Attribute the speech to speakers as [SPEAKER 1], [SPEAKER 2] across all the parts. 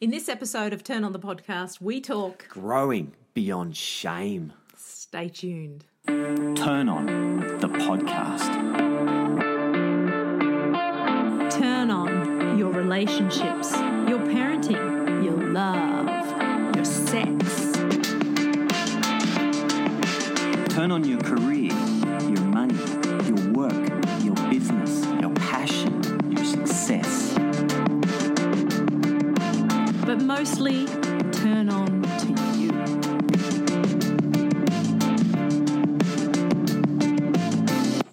[SPEAKER 1] In this episode of Turn on the Podcast, we talk.
[SPEAKER 2] Growing beyond shame.
[SPEAKER 1] Stay tuned.
[SPEAKER 3] Turn on the podcast.
[SPEAKER 1] Turn on your relationships, your parenting, your love, your sex.
[SPEAKER 3] Turn on your career, your money, your work, your business, your passion, your success.
[SPEAKER 1] But mostly, turn on to you.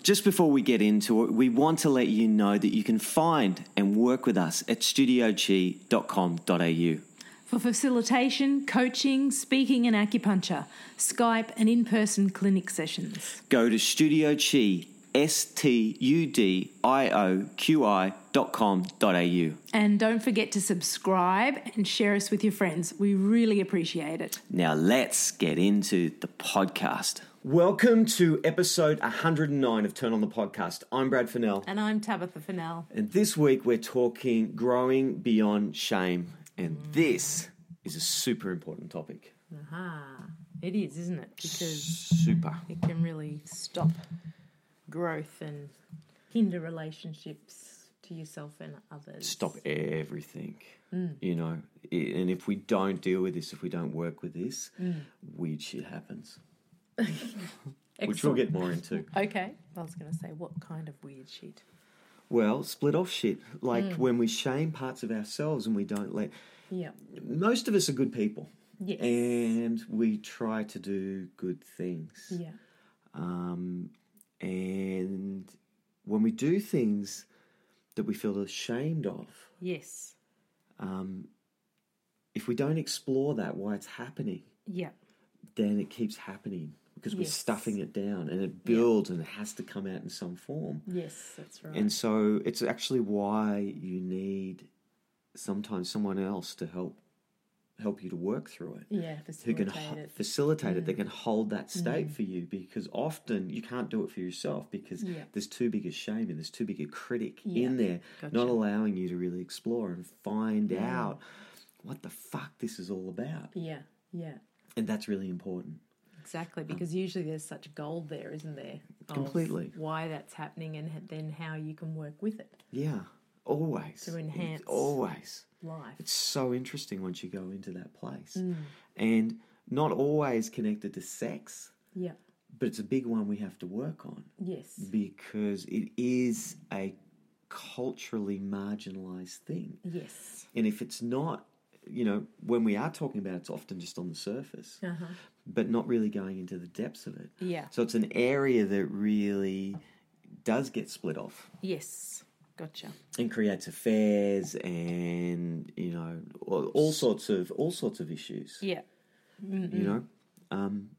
[SPEAKER 2] Just before we get into it, we want to let you know that you can find and work with us at studiochi.com.au.
[SPEAKER 1] For facilitation, coaching, speaking, and acupuncture, Skype and in person clinic sessions.
[SPEAKER 2] Go to studiochi, S T U D I O Q I dot com dot au.
[SPEAKER 1] And don't forget to subscribe and share us with your friends. We really appreciate it.
[SPEAKER 2] Now let's get into the podcast. Welcome to episode 109 of Turn on the Podcast. I'm Brad Fennell,
[SPEAKER 1] And I'm Tabitha Fennell.
[SPEAKER 2] and this week we're talking growing beyond shame, and this is a super important topic.
[SPEAKER 1] Ah, it is, isn't it? Because
[SPEAKER 2] Super.
[SPEAKER 1] it can really stop growth and hinder relationships to yourself and others.
[SPEAKER 2] stop everything. You know, I- and if we don't deal with this, if we don't work with this, weird shit happens, which we'll get more into.
[SPEAKER 1] Okay, I was going to say, what kind of weird shit?
[SPEAKER 2] Well, split off shit, like when we shame parts of ourselves and we don't let.
[SPEAKER 1] Yeah,
[SPEAKER 2] Most of us are good people,
[SPEAKER 1] Yes.
[SPEAKER 2] and we try to do good things.
[SPEAKER 1] yeah,
[SPEAKER 2] Um, and when we do things that we feel ashamed of,
[SPEAKER 1] yes,
[SPEAKER 2] um, if we don't explore that, why it's happening,
[SPEAKER 1] yeah,
[SPEAKER 2] then it keeps happening because we're
[SPEAKER 1] Yes.
[SPEAKER 2] stuffing it down and it builds and it has to come out in some form.
[SPEAKER 1] yes, that's right.
[SPEAKER 2] And so it's actually why you need sometimes someone else to help help you to work through it.
[SPEAKER 1] yeah,
[SPEAKER 2] Who
[SPEAKER 1] facilitate
[SPEAKER 2] can ho-
[SPEAKER 1] it. Mm.
[SPEAKER 2] facilitate it? They can hold that state for you because often you can't do it for yourself because
[SPEAKER 1] Yeah.
[SPEAKER 2] there's too big a shame and there's too big a critic
[SPEAKER 1] Yeah.
[SPEAKER 2] in there, not
[SPEAKER 1] Gotcha.
[SPEAKER 2] allowing you to really explore and find out what the fuck this is all about.
[SPEAKER 1] Yeah, yeah,
[SPEAKER 2] And that's really important.
[SPEAKER 1] exactly.
[SPEAKER 2] Mm.
[SPEAKER 1] Because usually there's such gold there, isn't there? of
[SPEAKER 2] Completely.
[SPEAKER 1] Why that's happening and then how you can work with it.
[SPEAKER 2] Yeah, always.
[SPEAKER 1] To enhance.
[SPEAKER 2] Always.
[SPEAKER 1] Life.
[SPEAKER 2] It's so interesting once you go into that place.
[SPEAKER 1] Mm.
[SPEAKER 2] And not always connected to sex,
[SPEAKER 1] Yeah.
[SPEAKER 2] but it's a big one we have to work on
[SPEAKER 1] Yes.
[SPEAKER 2] because it is a culturally marginalized thing.
[SPEAKER 1] Yes.
[SPEAKER 2] And if it's not, you know, when we are talking about it, it's often just on the surface,
[SPEAKER 1] Uh huh.
[SPEAKER 2] but not really going into the depths of it.
[SPEAKER 1] Yeah.
[SPEAKER 2] So it's an area that really does get split off
[SPEAKER 1] Yes. Gotcha.
[SPEAKER 2] and creates affairs and you know all, all sorts of all sorts of issues.
[SPEAKER 1] Yeah.
[SPEAKER 2] You know, um,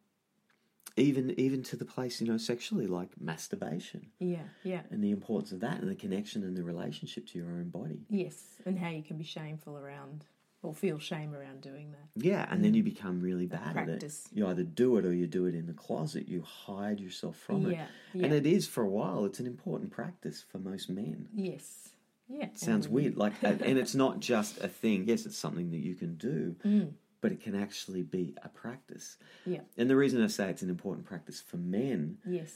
[SPEAKER 2] even even to the place you know sexually like masturbation
[SPEAKER 1] Yeah. Yeah.
[SPEAKER 2] and the importance of that and the connection and the relationship to your own body.
[SPEAKER 1] Yes, and how you can be shameful around or feel shame around doing that.
[SPEAKER 2] Yeah, and then you become really bad
[SPEAKER 1] practice.
[SPEAKER 2] at it. You either do it or you do it in the closet. You hide yourself from
[SPEAKER 1] Yeah,
[SPEAKER 2] it,
[SPEAKER 1] yeah.
[SPEAKER 2] and it is for a while. It's an important practice for most men.
[SPEAKER 1] Yes. Yeah. and
[SPEAKER 2] Sounds
[SPEAKER 1] we-
[SPEAKER 2] weird, like, and and it's not just a thing. Yes, it's something that you can do, but it can actually be a practice.
[SPEAKER 1] Yeah.
[SPEAKER 2] And the reason I say it's an important practice for men
[SPEAKER 1] Yes.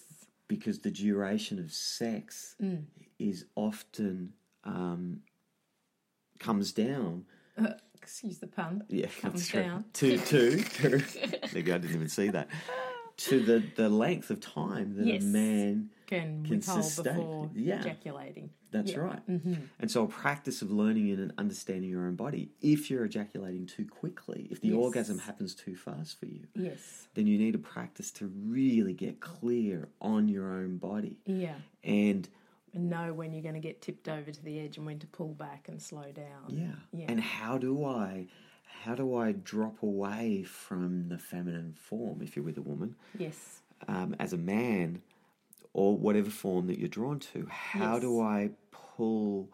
[SPEAKER 2] because the duration of sex is often um, comes down.
[SPEAKER 1] Uh, excuse the pun.
[SPEAKER 2] Yeah,
[SPEAKER 1] Comes
[SPEAKER 2] that's right.
[SPEAKER 1] down.
[SPEAKER 2] To to, to maybe I didn't even see that. To the the length of time that
[SPEAKER 1] Yes.
[SPEAKER 2] a man
[SPEAKER 1] Can,
[SPEAKER 2] Can
[SPEAKER 1] withhold
[SPEAKER 2] sustain-
[SPEAKER 1] before
[SPEAKER 2] yeah.
[SPEAKER 1] ejaculating.
[SPEAKER 2] That's
[SPEAKER 1] Yeah. Mm-hmm.
[SPEAKER 2] right. And so, a practice of learning and understanding your own body. If you're ejaculating too quickly, if the
[SPEAKER 1] Yes.
[SPEAKER 2] orgasm happens too fast for you,
[SPEAKER 1] Yes.
[SPEAKER 2] then you need a practice to really get clear on your own body.
[SPEAKER 1] Yeah.
[SPEAKER 2] And
[SPEAKER 1] And know when you're going to get tipped over to the edge and when to pull back and slow down.
[SPEAKER 2] yeah,
[SPEAKER 1] Yeah.
[SPEAKER 2] and how do I, how do I drop away from the feminine form if you're with a woman,
[SPEAKER 1] Yes.
[SPEAKER 2] um, as a man, or whatever form that you're drawn to? How do I pull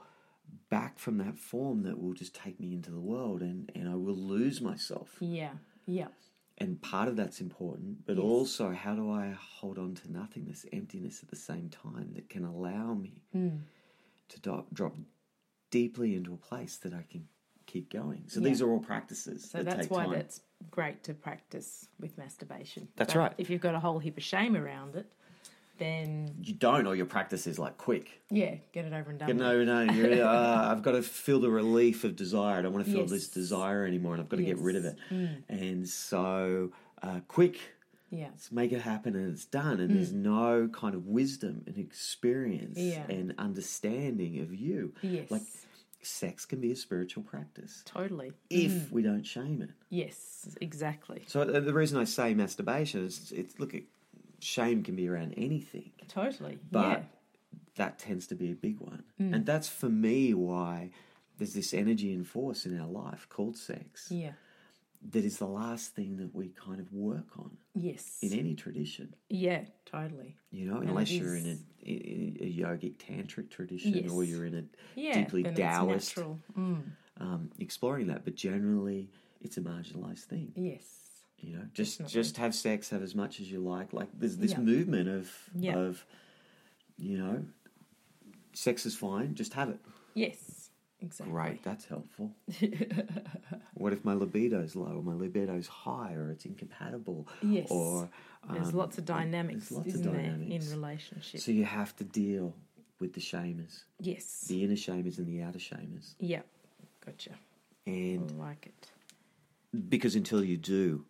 [SPEAKER 2] back from that form that will just take me into the world and, and I will lose myself?
[SPEAKER 1] Yeah. Yeah.
[SPEAKER 2] And part of that's important, but also how do I hold on to nothingness, emptiness at the same time that can
[SPEAKER 1] Hmm.
[SPEAKER 2] allow me to do- drop deeply into a place that I can keep going. So
[SPEAKER 1] Yeah.
[SPEAKER 2] these are all practices
[SPEAKER 1] So
[SPEAKER 2] that
[SPEAKER 1] that's
[SPEAKER 2] take
[SPEAKER 1] why
[SPEAKER 2] time.
[SPEAKER 1] that's great to practice with masturbation.
[SPEAKER 2] That's
[SPEAKER 1] But
[SPEAKER 2] right.
[SPEAKER 1] If you've got a whole heap of shame around it, then
[SPEAKER 2] You don't, or your practice is like quick.
[SPEAKER 1] yeah, get it over and done.
[SPEAKER 2] You
[SPEAKER 1] with.
[SPEAKER 2] know, no, you're, uh, I've got to feel the relief of desire. I don't want to feel
[SPEAKER 1] Yes.
[SPEAKER 2] this desire anymore, and I've got to get rid of
[SPEAKER 1] Yes. Mm.
[SPEAKER 2] it. And so, uh, quick,
[SPEAKER 1] Yeah.
[SPEAKER 2] let's make it happen and it's done and there's no kind of wisdom and experience
[SPEAKER 1] Mm. Yeah.
[SPEAKER 2] and understanding of you
[SPEAKER 1] Yes.
[SPEAKER 2] like sex can be a spiritual practice
[SPEAKER 1] totally.
[SPEAKER 2] if
[SPEAKER 1] Mm.
[SPEAKER 2] we don't shame it
[SPEAKER 1] Yes. Exactly.
[SPEAKER 2] so uh, the reason i say masturbation is it's look it, shame can be around anything
[SPEAKER 1] Totally.
[SPEAKER 2] but that tends to be a big one
[SPEAKER 1] Mm.
[SPEAKER 2] and that's for me why there's this energy and force in our life called sex
[SPEAKER 1] yeah. Yeah.
[SPEAKER 2] that is the last thing that we kind of work on
[SPEAKER 1] Yes.
[SPEAKER 2] in any tradition
[SPEAKER 1] Yeah. Totally.
[SPEAKER 2] You know,
[SPEAKER 1] it
[SPEAKER 2] unless you're in
[SPEAKER 1] is-
[SPEAKER 2] a, in a yogic tantric tradition
[SPEAKER 1] Yes.
[SPEAKER 2] or you're in a
[SPEAKER 1] Yeah.
[SPEAKER 2] deeply
[SPEAKER 1] then it's
[SPEAKER 2] Taoist,
[SPEAKER 1] natural. Mm.
[SPEAKER 2] um, exploring that. But generally, it's a marginalized thing.
[SPEAKER 1] Yes.
[SPEAKER 2] You know, just just have sex, have as much as you like. Like there's this
[SPEAKER 1] Yeah.
[SPEAKER 2] movement of
[SPEAKER 1] Yeah.
[SPEAKER 2] of you know, sex is fine. Just have it.
[SPEAKER 1] Yes. Exactly.
[SPEAKER 2] Great, that's helpful. what if my libido's low or my libido's high or it's incompatible?
[SPEAKER 1] Yes.
[SPEAKER 2] Or um,
[SPEAKER 1] There's lots of dynamics,
[SPEAKER 2] lots of
[SPEAKER 1] isn't there, in
[SPEAKER 2] dynamics.
[SPEAKER 1] relationships?
[SPEAKER 2] so you have to deal with the shamers.
[SPEAKER 1] yes.
[SPEAKER 2] the inner shamers and the outer shamers.
[SPEAKER 1] Yeah. Gotcha. I
[SPEAKER 2] And
[SPEAKER 1] like it. Oh.
[SPEAKER 2] because until you do,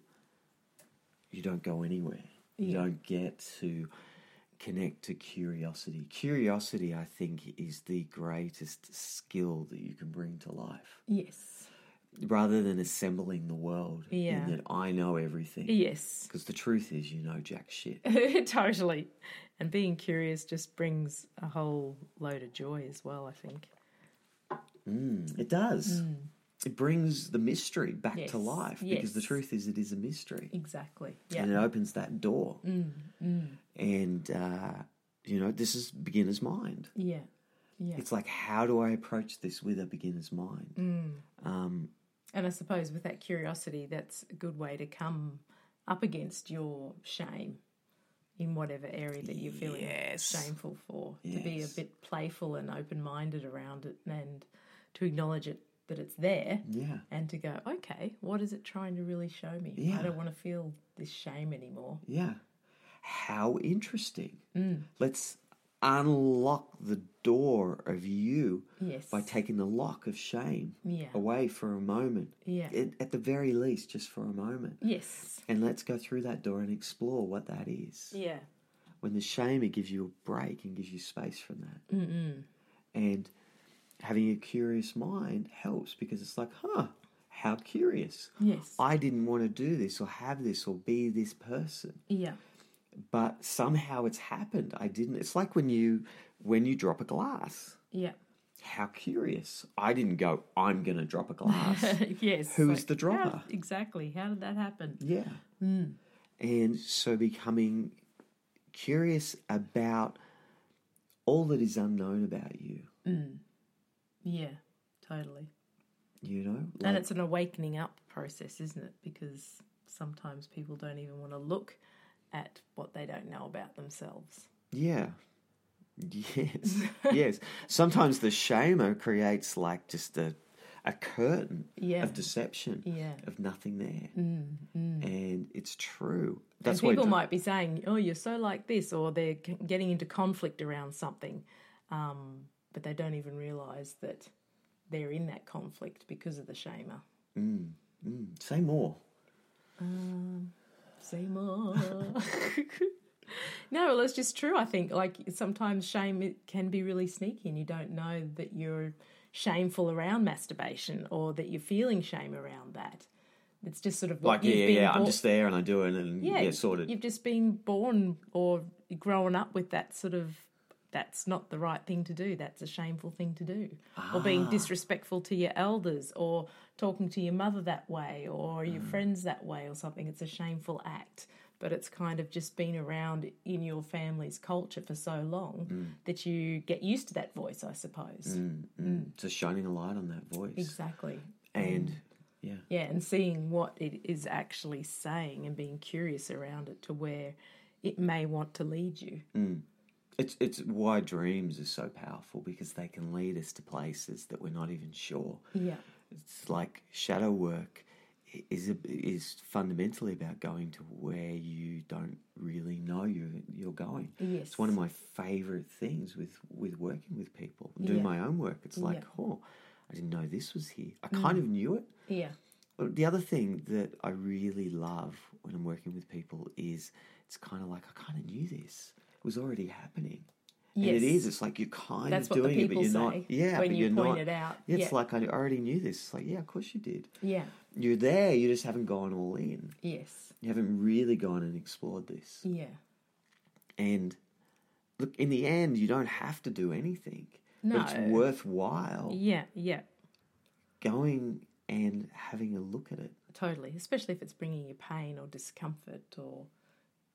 [SPEAKER 2] you don't go anywhere. You
[SPEAKER 1] Yeah.
[SPEAKER 2] don't get to connect to curiosity. Curiosity, I think, is the greatest skill that you can bring to life.
[SPEAKER 1] Yes.
[SPEAKER 2] Rather than assembling the world
[SPEAKER 1] Yeah.
[SPEAKER 2] in that I know everything.
[SPEAKER 1] Yes.
[SPEAKER 2] Because the truth is, you know jack shit.
[SPEAKER 1] totally. And being curious just brings a whole load of joy as well, I think.
[SPEAKER 2] It does. It brings the mystery back
[SPEAKER 1] Mm. Yes.
[SPEAKER 2] to life because the
[SPEAKER 1] Yes.
[SPEAKER 2] truth is, it is a mystery.
[SPEAKER 1] Exactly. Yeah. Mm.
[SPEAKER 2] and it opens that door. And uh, you know, this is beginner's mind.
[SPEAKER 1] Yeah. Yeah. Mm.
[SPEAKER 2] It's like, how do I approach this with a beginner's mind? Um,
[SPEAKER 1] And I suppose with that curiosity, that's a good way to come up against your shame in whatever area that you're feeling
[SPEAKER 2] Yes.
[SPEAKER 1] shameful for. To be a
[SPEAKER 2] Yes.
[SPEAKER 1] bit playful and open minded around it and to acknowledge it that it's there
[SPEAKER 2] yeah,
[SPEAKER 1] and to go, okay, what is it trying to really show me?
[SPEAKER 2] Yeah.
[SPEAKER 1] I don't want to feel this shame anymore.
[SPEAKER 2] yeah. How interesting.
[SPEAKER 1] Mm.
[SPEAKER 2] Let's unlock the door of you
[SPEAKER 1] Yes.
[SPEAKER 2] by taking the lock of shame
[SPEAKER 1] Yeah.
[SPEAKER 2] away for a moment.
[SPEAKER 1] Yeah.
[SPEAKER 2] At- at the very least, just for a moment.
[SPEAKER 1] yes.
[SPEAKER 2] And let's go through that door and explore what that is.
[SPEAKER 1] Yeah.
[SPEAKER 2] when the shame it gives you a break and gives you space from that mm and having a curious mind helps because it's like huh how curious
[SPEAKER 1] Yes.
[SPEAKER 2] i didn't want to do this or have this or be this person
[SPEAKER 1] yeah.
[SPEAKER 2] but somehow it's happened i didn't it's like when you when you drop a glass
[SPEAKER 1] Yeah.
[SPEAKER 2] how curious i didn't go i'm going to drop a glass
[SPEAKER 1] yes.
[SPEAKER 2] Who is the
[SPEAKER 1] how-
[SPEAKER 2] dropper?
[SPEAKER 1] exactly. How did that happen? Mm.
[SPEAKER 2] Yeah. And so becoming curious about all that is unknown about you,
[SPEAKER 1] Mm. Yeah. Totally.
[SPEAKER 2] you know?
[SPEAKER 1] and
[SPEAKER 2] Like,
[SPEAKER 1] it's an awakening up process, isn't it? Because sometimes people don't even want to look at what they don't know about themselves.
[SPEAKER 2] yeah. Yes. yes. Sometimes the shamer creates like just a a curtain
[SPEAKER 1] Yeah.
[SPEAKER 2] of deception.
[SPEAKER 1] Yeah. Mm,
[SPEAKER 2] Of nothing there. And it's true. That's
[SPEAKER 1] and
[SPEAKER 2] why
[SPEAKER 1] people might be saying, "Oh, you're so like this," or they're c- getting into conflict around something, um, but they don't even realise that they're in that conflict because of the shamer.
[SPEAKER 2] Mm, say more.
[SPEAKER 1] Say more. no, well, it's just true. I think like sometimes shame it can be really sneaky, and you don't know that you're shameful around masturbation or that you're feeling shame around that. It's just sort of what
[SPEAKER 2] Like yeah,
[SPEAKER 1] you've
[SPEAKER 2] yeah,
[SPEAKER 1] been
[SPEAKER 2] yeah, I'm
[SPEAKER 1] bor-
[SPEAKER 2] just there and I do it and yeah, sorted.
[SPEAKER 1] You've just been born or growing up with that sort of. That's not the right thing to do. That's a shameful thing to do. Or being
[SPEAKER 2] Ah.
[SPEAKER 1] disrespectful to your elders, or talking to your mother that way, or your
[SPEAKER 2] Mm.
[SPEAKER 1] friends that way, or something. It's a shameful act. But it's kind of just been around in your family's culture for so long
[SPEAKER 2] Mm.
[SPEAKER 1] that you get used to that voice, I suppose.
[SPEAKER 2] So Mm, shining a light on that voice.
[SPEAKER 1] Mm. Exactly.
[SPEAKER 2] And yeah.
[SPEAKER 1] Yeah, and seeing what it is actually saying and being curious around it to where it may want to lead you.
[SPEAKER 2] It's it's why dreams are so powerful because they can lead us to places that we're not even sure
[SPEAKER 1] Yeah.
[SPEAKER 2] It's like shadow work i- is a, is fundamentally about going to where you don't really know you you're going.
[SPEAKER 1] Yes.
[SPEAKER 2] It's one of my favorite things with with working with people, doing
[SPEAKER 1] Yeah.
[SPEAKER 2] my own work. It's like,
[SPEAKER 1] Yeah. Mm.
[SPEAKER 2] oh, I didn't know this was here. I kind of knew it,
[SPEAKER 1] Yeah.
[SPEAKER 2] well, The other thing that I really love when I'm working with people is it's kind of like I kind of knew this it was already happening. And it
[SPEAKER 1] Yes.
[SPEAKER 2] is. It's like you're kind
[SPEAKER 1] That's what
[SPEAKER 2] of
[SPEAKER 1] the
[SPEAKER 2] doing it, but
[SPEAKER 1] people
[SPEAKER 2] you're not.
[SPEAKER 1] say
[SPEAKER 2] Yeah,
[SPEAKER 1] when
[SPEAKER 2] but
[SPEAKER 1] you
[SPEAKER 2] are
[SPEAKER 1] point
[SPEAKER 2] not.
[SPEAKER 1] it out.
[SPEAKER 2] Yeah, it's
[SPEAKER 1] Yeah.
[SPEAKER 2] like I already knew this. It's like yeah, of course you did.
[SPEAKER 1] Yeah.
[SPEAKER 2] You're there. You just haven't gone all in.
[SPEAKER 1] Yes.
[SPEAKER 2] You haven't really gone and explored this.
[SPEAKER 1] Yeah.
[SPEAKER 2] And look, in the end, you don't have to do anything. But
[SPEAKER 1] No.
[SPEAKER 2] it's worthwhile
[SPEAKER 1] Yeah. Yeah.
[SPEAKER 2] going and having a look at it.
[SPEAKER 1] Totally. Especially if it's bringing you pain or discomfort or,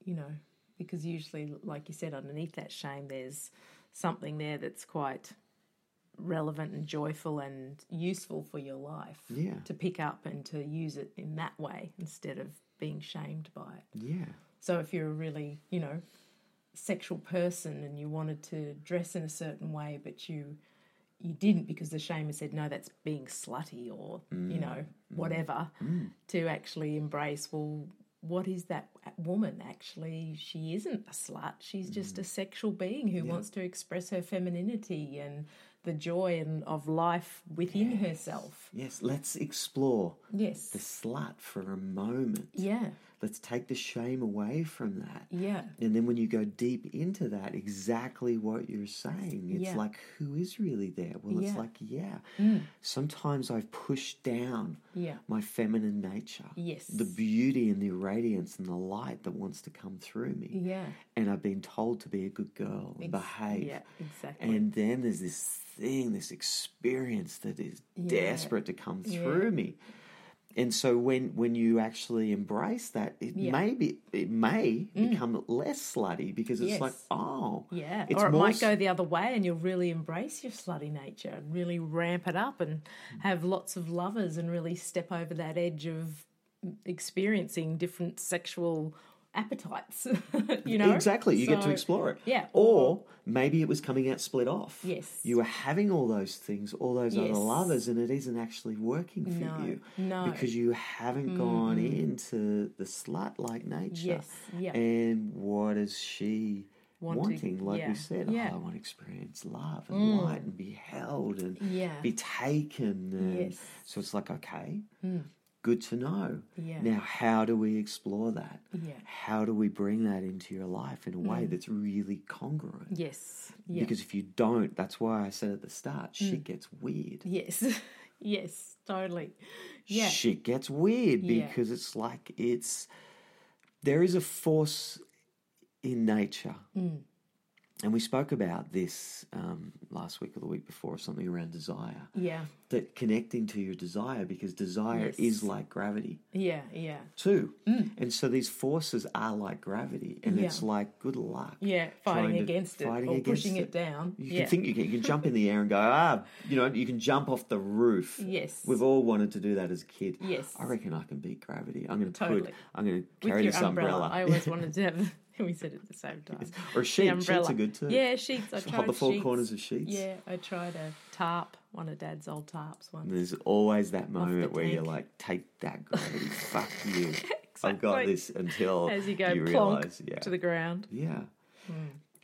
[SPEAKER 1] you know, because usually, like you said, underneath that shame, there's something there that's quite relevant and joyful and useful for your life
[SPEAKER 2] Yeah.
[SPEAKER 1] to pick up and to use it in that way instead of being shamed by it.
[SPEAKER 2] Yeah.
[SPEAKER 1] So if you're a really, you know, sexual person and you wanted to dress in a certain way, but you you didn't because the shame has said no, that's being slutty or you know whatever. To actually embrace, well, what is that woman actually? She isn't a slut. She's just a sexual being who wants to express her femininity and the joy and of life within herself.
[SPEAKER 2] Yes. Let's explore.
[SPEAKER 1] Yes.
[SPEAKER 2] the slut for a moment.
[SPEAKER 1] yeah.
[SPEAKER 2] Let's take the shame away from that.
[SPEAKER 1] Yeah.
[SPEAKER 2] And then when you go deep into that, exactly what you're saying, it's
[SPEAKER 1] Yeah.
[SPEAKER 2] like, who is really there? Well,
[SPEAKER 1] Yeah.
[SPEAKER 2] it's
[SPEAKER 1] Mm.
[SPEAKER 2] like, yeah. Sometimes I've pushed down
[SPEAKER 1] Yeah.
[SPEAKER 2] my feminine nature,
[SPEAKER 1] Yes.
[SPEAKER 2] the beauty and the radiance and the light that wants to come through me.
[SPEAKER 1] Yeah.
[SPEAKER 2] And I've been told to be a good girl and behave.
[SPEAKER 1] Yeah. Exactly.
[SPEAKER 2] And then there's this thing, this experience that is desperate to come through me. And so when when you actually embrace that, it
[SPEAKER 1] Yeah. Mm.
[SPEAKER 2] may be it may become less slutty because it's
[SPEAKER 1] Yes.
[SPEAKER 2] like, oh
[SPEAKER 1] Yeah,
[SPEAKER 2] it's
[SPEAKER 1] or it
[SPEAKER 2] more
[SPEAKER 1] might
[SPEAKER 2] s-
[SPEAKER 1] go the other way, and you'll really embrace your slutty nature and really ramp it up and have lots of lovers and really step over that edge of experiencing different sexual appetites. you know,
[SPEAKER 2] Exactly. You get to
[SPEAKER 1] So-
[SPEAKER 2] explore it.
[SPEAKER 1] yeah,
[SPEAKER 2] Or
[SPEAKER 1] or-
[SPEAKER 2] maybe it was coming out split off.
[SPEAKER 1] Yes.
[SPEAKER 2] You were having all those things, all those other
[SPEAKER 1] Yes.
[SPEAKER 2] lovers, and it isn't actually working for
[SPEAKER 1] No,
[SPEAKER 2] you.
[SPEAKER 1] no. Mm-hmm.
[SPEAKER 2] Because you haven't gone into the slut like nature.
[SPEAKER 1] Yes, yeah.
[SPEAKER 2] And what is she
[SPEAKER 1] Wanting,
[SPEAKER 2] wanting? like
[SPEAKER 1] yeah,
[SPEAKER 2] we said,
[SPEAKER 1] yeah. Mm.
[SPEAKER 2] oh, I want to experience love and light and be held and
[SPEAKER 1] Yeah.
[SPEAKER 2] be taken. And
[SPEAKER 1] Yes. Mm.
[SPEAKER 2] So it's like, okay, good to know.
[SPEAKER 1] Yeah.
[SPEAKER 2] Now, how do we explore that?
[SPEAKER 1] Yeah.
[SPEAKER 2] How do we bring that into your life in a way that's really congruent?
[SPEAKER 1] yes, Mm. yeah, Mm.
[SPEAKER 2] Because if you don't, that's why I said at the start, shit gets weird.
[SPEAKER 1] yes, yes, totally. Yeah,
[SPEAKER 2] Shit gets weird
[SPEAKER 1] Yeah.
[SPEAKER 2] because it's like it's there is a force in nature.
[SPEAKER 1] Mm.
[SPEAKER 2] And we spoke about this um, last week or the week before, something around desire.
[SPEAKER 1] yeah,
[SPEAKER 2] That connecting to your desire, because desire
[SPEAKER 1] Yes.
[SPEAKER 2] is like gravity.
[SPEAKER 1] yeah, yeah,
[SPEAKER 2] too. And so these forces are like gravity, and
[SPEAKER 1] Yeah.
[SPEAKER 2] it's like good luck.
[SPEAKER 1] yeah. Fighting
[SPEAKER 2] trying to-
[SPEAKER 1] against it
[SPEAKER 2] fighting
[SPEAKER 1] or
[SPEAKER 2] against
[SPEAKER 1] pushing it,
[SPEAKER 2] it.
[SPEAKER 1] down.
[SPEAKER 2] You
[SPEAKER 1] yeah.
[SPEAKER 2] can think you can, you can jump in the air and go, ah, you know, you can jump off the roof.
[SPEAKER 1] Yes.
[SPEAKER 2] We've all wanted to do that as a kid.
[SPEAKER 1] Yes.
[SPEAKER 2] I reckon I can beat gravity. I'm going to
[SPEAKER 1] Totally.
[SPEAKER 2] put, I'm going to
[SPEAKER 1] With
[SPEAKER 2] carry
[SPEAKER 1] your
[SPEAKER 2] this umbrella.
[SPEAKER 1] I always wanted to have. We said it at the same time.
[SPEAKER 2] or a sheet.
[SPEAKER 1] the
[SPEAKER 2] Sheets
[SPEAKER 1] umbrella.
[SPEAKER 2] are good too.
[SPEAKER 1] Yeah, sheets. I
[SPEAKER 2] So
[SPEAKER 1] tried
[SPEAKER 2] hop the four
[SPEAKER 1] sheets.
[SPEAKER 2] corners of sheets.
[SPEAKER 1] Yeah, I tried a tarp, one of Dad's old tarps
[SPEAKER 2] And
[SPEAKER 1] once.
[SPEAKER 2] There's always that moment where you're
[SPEAKER 1] tank.
[SPEAKER 2] like, take that gravity, fuck you. I've got
[SPEAKER 1] Exactly.
[SPEAKER 2] this until
[SPEAKER 1] As you go plonk
[SPEAKER 2] realize, yeah.
[SPEAKER 1] to the Hmm. ground.
[SPEAKER 2] Yeah.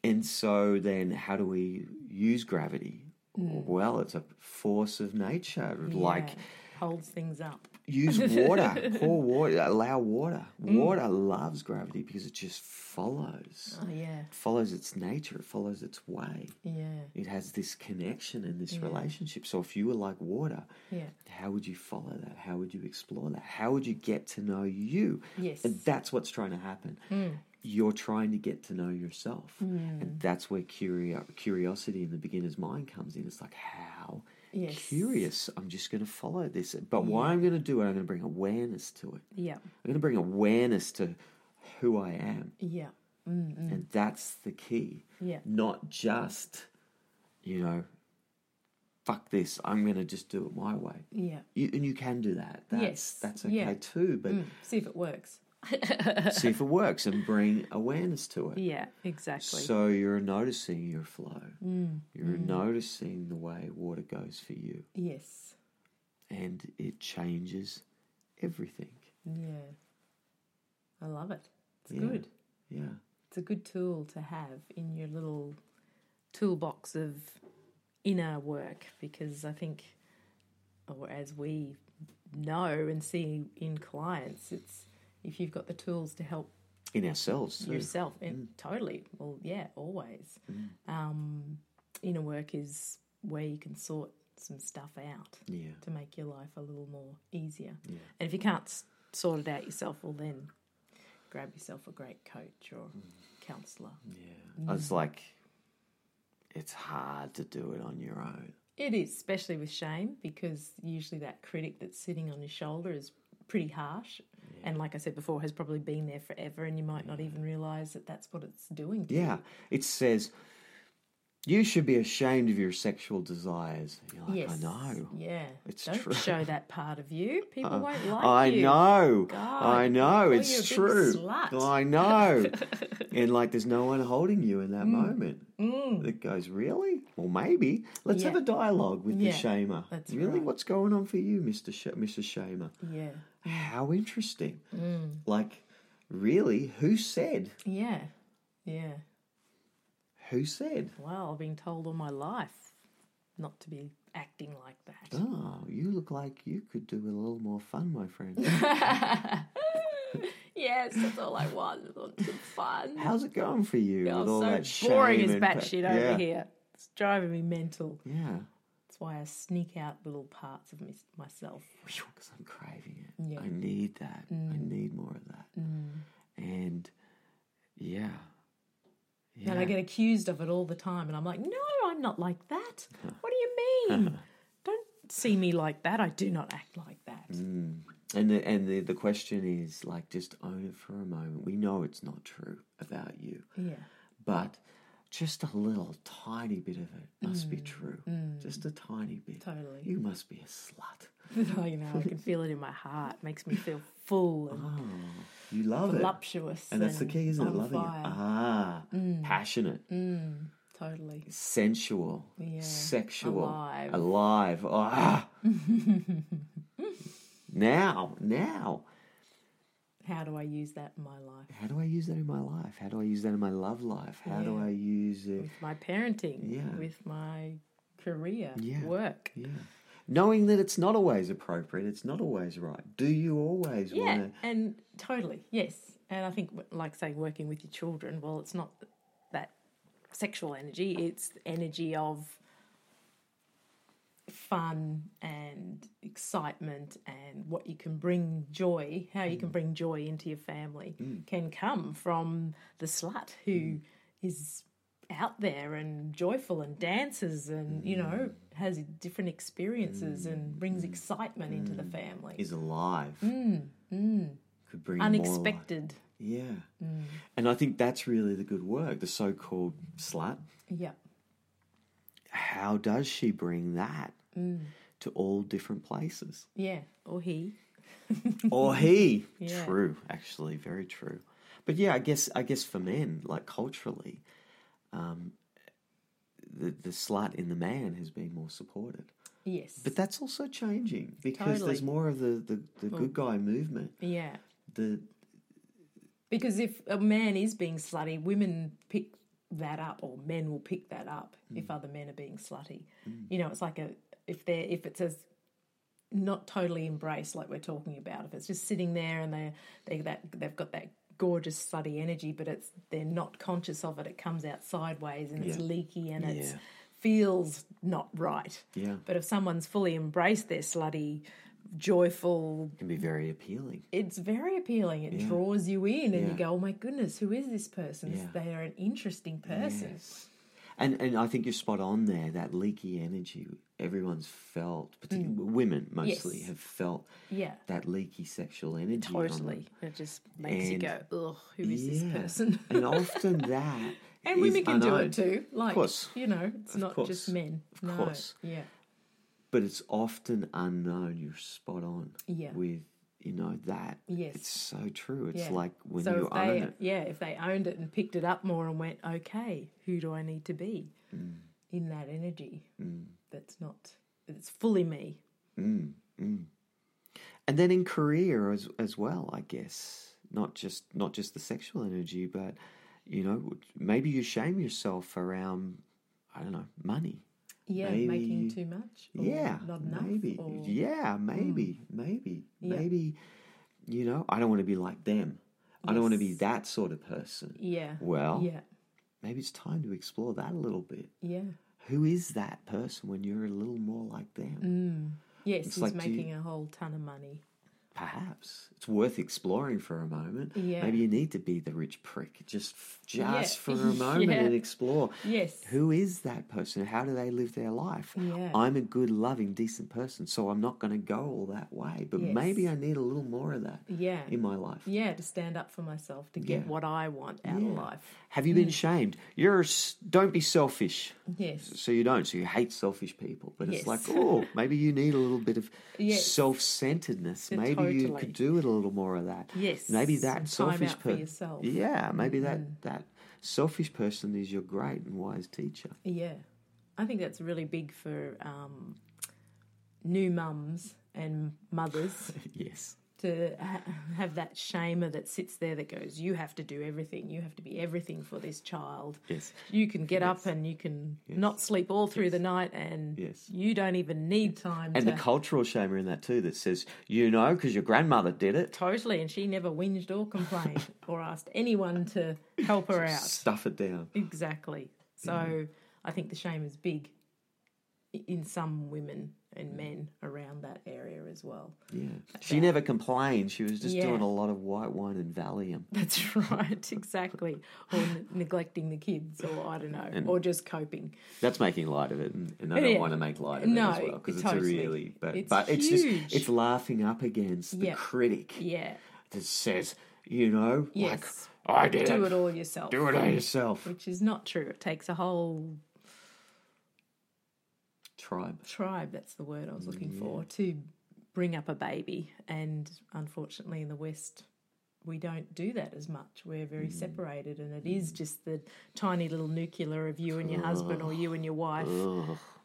[SPEAKER 2] And so then, how do we use gravity? Well, it's a force of nature. Like,
[SPEAKER 1] Hmm. Yeah, holds things up.
[SPEAKER 2] use water, pour water, allow water. Water loves gravity because it just follows,
[SPEAKER 1] Oh yeah,
[SPEAKER 2] it follows its nature, it follows its way.
[SPEAKER 1] yeah,
[SPEAKER 2] It has this connection and this relationship. So, if you were like water,
[SPEAKER 1] yeah,
[SPEAKER 2] how would you follow that? How would you explore that? How would you get to know you?
[SPEAKER 1] Yes. Hmm.
[SPEAKER 2] And that's what's trying to happen. You're trying to get to know yourself. And that's where curio- curiosity in the beginner's mind comes in. It's like, how
[SPEAKER 1] Yes.
[SPEAKER 2] curious? I'm just going to follow this. But why I'm going to do it, I'm going to bring awareness to it.
[SPEAKER 1] yeah,
[SPEAKER 2] I'm going to bring awareness to who I am.
[SPEAKER 1] yeah, Hmm.
[SPEAKER 2] And that's the key.
[SPEAKER 1] Yeah.
[SPEAKER 2] Not just, you know, fuck this, I'm going to just do it my way.
[SPEAKER 1] yeah.
[SPEAKER 2] You, and you can do that. That's,
[SPEAKER 1] Yes,
[SPEAKER 2] That's okay
[SPEAKER 1] yeah.
[SPEAKER 2] too, but
[SPEAKER 1] Mm, See if it works.
[SPEAKER 2] see if it works and bring awareness to it.
[SPEAKER 1] Yeah, exactly. Mm.
[SPEAKER 2] So you're noticing your flow. You're noticing the way water goes for you.
[SPEAKER 1] yes,
[SPEAKER 2] and it changes everything.
[SPEAKER 1] Yeah. I love it. It's
[SPEAKER 2] Yeah.
[SPEAKER 1] good.
[SPEAKER 2] Yeah.
[SPEAKER 1] It's a good tool to have in your little toolbox of inner work because I think, or as we know and see in clients, it's if you've got the tools to help
[SPEAKER 2] In ourselves, too.
[SPEAKER 1] yourself and totally well yeah always um inner work is where you can sort some stuff out
[SPEAKER 2] Yeah.
[SPEAKER 1] to make your life a little more easier and if you can't s- sort it out yourself well then grab yourself a great coach or counselor
[SPEAKER 2] Yeah.
[SPEAKER 1] Mm.
[SPEAKER 2] It's like, it's hard to do it on your own.
[SPEAKER 1] it is especially with shame because usually that critic that's sitting on your shoulder is pretty harsh and like i said before has probably been there forever and you might not even realize that that's what it's doing to you.
[SPEAKER 2] Yeah. It says, you should be ashamed of your sexual desires. You're like,
[SPEAKER 1] Yes.
[SPEAKER 2] I know.
[SPEAKER 1] Yeah.
[SPEAKER 2] It's
[SPEAKER 1] Don't
[SPEAKER 2] true. Uh,
[SPEAKER 1] show that part of you. People won't like
[SPEAKER 2] I
[SPEAKER 1] you.
[SPEAKER 2] know.
[SPEAKER 1] God,
[SPEAKER 2] I
[SPEAKER 1] they
[SPEAKER 2] know.
[SPEAKER 1] call
[SPEAKER 2] It's
[SPEAKER 1] you a big
[SPEAKER 2] true.
[SPEAKER 1] slut.
[SPEAKER 2] I know. and like, there's no one holding you in that
[SPEAKER 1] Mm.
[SPEAKER 2] moment. That goes, really? Well, maybe. Let's
[SPEAKER 1] Yeah.
[SPEAKER 2] have a dialogue with
[SPEAKER 1] Yeah,
[SPEAKER 2] the shamer.
[SPEAKER 1] that's
[SPEAKER 2] really
[SPEAKER 1] right.
[SPEAKER 2] what's going on for you, Mr. Sh- Mrs. Shamer.
[SPEAKER 1] Yeah.
[SPEAKER 2] How interesting.
[SPEAKER 1] Mm.
[SPEAKER 2] Like, really? Who said?
[SPEAKER 1] Yeah. Yeah.
[SPEAKER 2] Who said?
[SPEAKER 1] Well, I've been told all my life not to be acting like that.
[SPEAKER 2] Oh, you look like you could do with a little more fun, my friend.
[SPEAKER 1] yes, that's all I want. I want some fun.
[SPEAKER 2] How's it going for you?
[SPEAKER 1] Oh,
[SPEAKER 2] with all that
[SPEAKER 1] so boring
[SPEAKER 2] shame
[SPEAKER 1] as
[SPEAKER 2] and pa-
[SPEAKER 1] batshit over
[SPEAKER 2] yeah.
[SPEAKER 1] here. It's driving me mental.
[SPEAKER 2] Yeah.
[SPEAKER 1] That's why I sneak out little parts of me, myself.
[SPEAKER 2] because I'm craving it.
[SPEAKER 1] Yeah.
[SPEAKER 2] I need that. I need more of that. And yeah, yeah,
[SPEAKER 1] And I get accused of it all the time. And I'm like, no, I'm not like that. What do you mean? Don't see me like that. I do not act like that.
[SPEAKER 2] Mm. and the, and the the question is like, just own it for a moment. We know it's not true about you,
[SPEAKER 1] Yeah.
[SPEAKER 2] but just a little tiny bit of it must be true. Just a tiny bit.
[SPEAKER 1] Totally.
[SPEAKER 2] You must be a slut.
[SPEAKER 1] Oh, you know, I can feel it in my heart. makes me feel full and
[SPEAKER 2] You love it.
[SPEAKER 1] voluptuous.
[SPEAKER 2] Ah. And that's the key, isn't it?
[SPEAKER 1] on
[SPEAKER 2] Loving
[SPEAKER 1] fire.
[SPEAKER 2] it. Ah, passionate.
[SPEAKER 1] Totally.
[SPEAKER 2] sensual,
[SPEAKER 1] Yeah,
[SPEAKER 2] sexual,
[SPEAKER 1] alive.
[SPEAKER 2] alive. Ah. now, now,
[SPEAKER 1] How do I use that in my life?
[SPEAKER 2] how do I use that in my life? How do I use that in my love life? How do
[SPEAKER 1] Yeah.
[SPEAKER 2] I use it?
[SPEAKER 1] With my parenting,
[SPEAKER 2] Yeah.
[SPEAKER 1] with my career,
[SPEAKER 2] Yeah.
[SPEAKER 1] work.
[SPEAKER 2] Yeah, knowing that it's not always appropriate, it's not always right. Do you always
[SPEAKER 1] Yeah,
[SPEAKER 2] want to?
[SPEAKER 1] and totally, yes. And I think, like saying working with your children, well, it's not that sexual energy, it's the energy of fun and excitement and what you can bring joy, how you
[SPEAKER 2] Mm.
[SPEAKER 1] can bring joy into your family can come from the slut who is
[SPEAKER 2] Mm.
[SPEAKER 1] out there and joyful and dances
[SPEAKER 2] Mm.
[SPEAKER 1] and, you know, has different experiences and brings excitement into the family
[SPEAKER 2] Mm. Is alive.
[SPEAKER 1] Mm,
[SPEAKER 2] Could bring more life.
[SPEAKER 1] unexpected.
[SPEAKER 2] Yeah,
[SPEAKER 1] Mm.
[SPEAKER 2] and I think that's really the good work. The so-called slut.
[SPEAKER 1] Yeah,
[SPEAKER 2] How does she bring that
[SPEAKER 1] Mm.
[SPEAKER 2] to all different places?
[SPEAKER 1] yeah. Or he.
[SPEAKER 2] or he.
[SPEAKER 1] Mm. Yeah.
[SPEAKER 2] True, actually, very true. But yeah, I guess I guess for men, like culturally, um, the the slut in the man has been more supported.
[SPEAKER 1] Yes.
[SPEAKER 2] But that's also changing because
[SPEAKER 1] Totally. Mm.
[SPEAKER 2] there's more of the the, the good guy movement.
[SPEAKER 1] yeah.
[SPEAKER 2] The
[SPEAKER 1] Because if a man is being slutty, women pick that up, or men will pick that up
[SPEAKER 2] Hmm.
[SPEAKER 1] if other men are being slutty. You know, it's like a if they're if it's a not totally embraced, like we're talking about. If it's just sitting there and they they that they've got that gorgeous slutty energy, but it's they're not conscious of it. It comes out sideways and it's
[SPEAKER 2] Yeah.
[SPEAKER 1] leaky and it's
[SPEAKER 2] Yeah.
[SPEAKER 1] feels not right.
[SPEAKER 2] Yeah.
[SPEAKER 1] But if someone's fully embraced their slutty, joyful
[SPEAKER 2] can be very appealing.
[SPEAKER 1] it's very appealing. It draws you in, and you
[SPEAKER 2] Yeah.
[SPEAKER 1] go, "Oh my goodness, who is this person?
[SPEAKER 2] Yeah.
[SPEAKER 1] They are an interesting person."
[SPEAKER 2] And and I think you're spot on there. That leaky energy everyone's felt, particularly women mostly
[SPEAKER 1] Mm. Yes.
[SPEAKER 2] have felt
[SPEAKER 1] Yeah,
[SPEAKER 2] that leaky sexual energy. on them.
[SPEAKER 1] totally. It just makes you
[SPEAKER 2] And-
[SPEAKER 1] go, "Ugh, who is this
[SPEAKER 2] Yeah.
[SPEAKER 1] person?"
[SPEAKER 2] and often that
[SPEAKER 1] and
[SPEAKER 2] is
[SPEAKER 1] women can do
[SPEAKER 2] unowned.
[SPEAKER 1] it too. Like,
[SPEAKER 2] course.
[SPEAKER 1] you know, it's not
[SPEAKER 2] course.
[SPEAKER 1] just men.
[SPEAKER 2] Of
[SPEAKER 1] no.
[SPEAKER 2] course.
[SPEAKER 1] Yeah.
[SPEAKER 2] but it's often unknown. You're spot on
[SPEAKER 1] Yeah.
[SPEAKER 2] with you know that.
[SPEAKER 1] Yes.
[SPEAKER 2] it's so true. It's
[SPEAKER 1] Yeah.
[SPEAKER 2] like when
[SPEAKER 1] so
[SPEAKER 2] you
[SPEAKER 1] if
[SPEAKER 2] own
[SPEAKER 1] they,
[SPEAKER 2] it.
[SPEAKER 1] yeah, if they owned it and picked it up more and went, "Okay, who do I need to be
[SPEAKER 2] Mm.
[SPEAKER 1] in that energy?" That's not. It's fully me.
[SPEAKER 2] Mm, and then in career as as well i guess not just not just the sexual energy but you know maybe you shame yourself around i don't know money
[SPEAKER 1] Yeah,
[SPEAKER 2] Maybe-
[SPEAKER 1] making too much. Or
[SPEAKER 2] yeah
[SPEAKER 1] Not enough.
[SPEAKER 2] maybe
[SPEAKER 1] or- Hmm.
[SPEAKER 2] yeah maybe maybe
[SPEAKER 1] Yeah.
[SPEAKER 2] maybe you know i don't want to be like them i don't want to be
[SPEAKER 1] Yes.
[SPEAKER 2] that sort of person
[SPEAKER 1] Yeah.
[SPEAKER 2] well
[SPEAKER 1] Yeah.
[SPEAKER 2] maybe it's time to explore that a little bit
[SPEAKER 1] Yeah.
[SPEAKER 2] who is that person when you're a little more like them
[SPEAKER 1] Mm. Yes, he's
[SPEAKER 2] like, do you-
[SPEAKER 1] making a whole ton of money.
[SPEAKER 2] perhaps it's worth exploring for a moment.
[SPEAKER 1] Yeah.
[SPEAKER 2] Maybe you need to be the rich prick just just
[SPEAKER 1] Yeah.
[SPEAKER 2] for a moment
[SPEAKER 1] Yeah.
[SPEAKER 2] and explore.
[SPEAKER 1] Yes.
[SPEAKER 2] Who is that person? How do they live their life?
[SPEAKER 1] Yeah.
[SPEAKER 2] I'm a good, loving, decent person, so I'm not going to go all that way. But
[SPEAKER 1] Yes.
[SPEAKER 2] maybe I need a little more of that
[SPEAKER 1] Yeah.
[SPEAKER 2] in my life.
[SPEAKER 1] Yeah, to stand up for myself, to get
[SPEAKER 2] Yeah.
[SPEAKER 1] what I want out of life.
[SPEAKER 2] Have you been shamed? You're s- don't be selfish.
[SPEAKER 1] Yes.
[SPEAKER 2] So you don't. So you hate selfish people. But it's
[SPEAKER 1] Yes.
[SPEAKER 2] like, oh, maybe you need a little bit of
[SPEAKER 1] Yes.
[SPEAKER 2] self-centeredness. Maybe you
[SPEAKER 1] Totally.
[SPEAKER 2] could do it a little more of that.
[SPEAKER 1] Yes,
[SPEAKER 2] Maybe that
[SPEAKER 1] some time
[SPEAKER 2] selfish
[SPEAKER 1] out for yourself. Mm.
[SPEAKER 2] Yeah. Maybe that that selfish person is your great and wise teacher.
[SPEAKER 1] Yeah. I think that's really big for um, new mums and mothers
[SPEAKER 2] Yes.
[SPEAKER 1] to ha- have that shamer that sits there that goes, You have to do everything. You have to be everything for this child.
[SPEAKER 2] Yes.
[SPEAKER 1] You can get up and you can not sleep all through the night, and
[SPEAKER 2] Yes.
[SPEAKER 1] you don't even need time
[SPEAKER 2] And
[SPEAKER 1] to.
[SPEAKER 2] the cultural shamer in that too that says, you know, because your grandmother did it,
[SPEAKER 1] totally, and she never whinged or complained or asked anyone to help her out.
[SPEAKER 2] stuff it down.
[SPEAKER 1] Exactly. So I think the shame is big i- in some women and men around that area as well.
[SPEAKER 2] Yeah. She never complained. She was just
[SPEAKER 1] Yeah.
[SPEAKER 2] doing a lot of white wine and Valium.
[SPEAKER 1] That's right, exactly. Or n- neglecting the kids, or I don't know, or just coping.
[SPEAKER 2] That's making light of it, and, and I don't
[SPEAKER 1] Yeah.
[SPEAKER 2] want to make light of
[SPEAKER 1] No,
[SPEAKER 2] it as well because it's a
[SPEAKER 1] totally.
[SPEAKER 2] really, but
[SPEAKER 1] It's
[SPEAKER 2] but it's
[SPEAKER 1] huge.
[SPEAKER 2] just it's laughing up against the
[SPEAKER 1] Yeah.
[SPEAKER 2] critic
[SPEAKER 1] Yeah.
[SPEAKER 2] that says, you know,
[SPEAKER 1] Yes.
[SPEAKER 2] like I did
[SPEAKER 1] Do
[SPEAKER 2] it,
[SPEAKER 1] it all yourself,
[SPEAKER 2] do it on yourself.
[SPEAKER 1] which is not true. It takes a whole
[SPEAKER 2] Tribe.
[SPEAKER 1] tribe, that's the word I was looking for,
[SPEAKER 2] Mm.
[SPEAKER 1] to bring up a baby. And unfortunately, in the West, we don't do that as much. We're very
[SPEAKER 2] Mm.
[SPEAKER 1] separated, and it is just the tiny little nuclear of you and your husband or you and your wife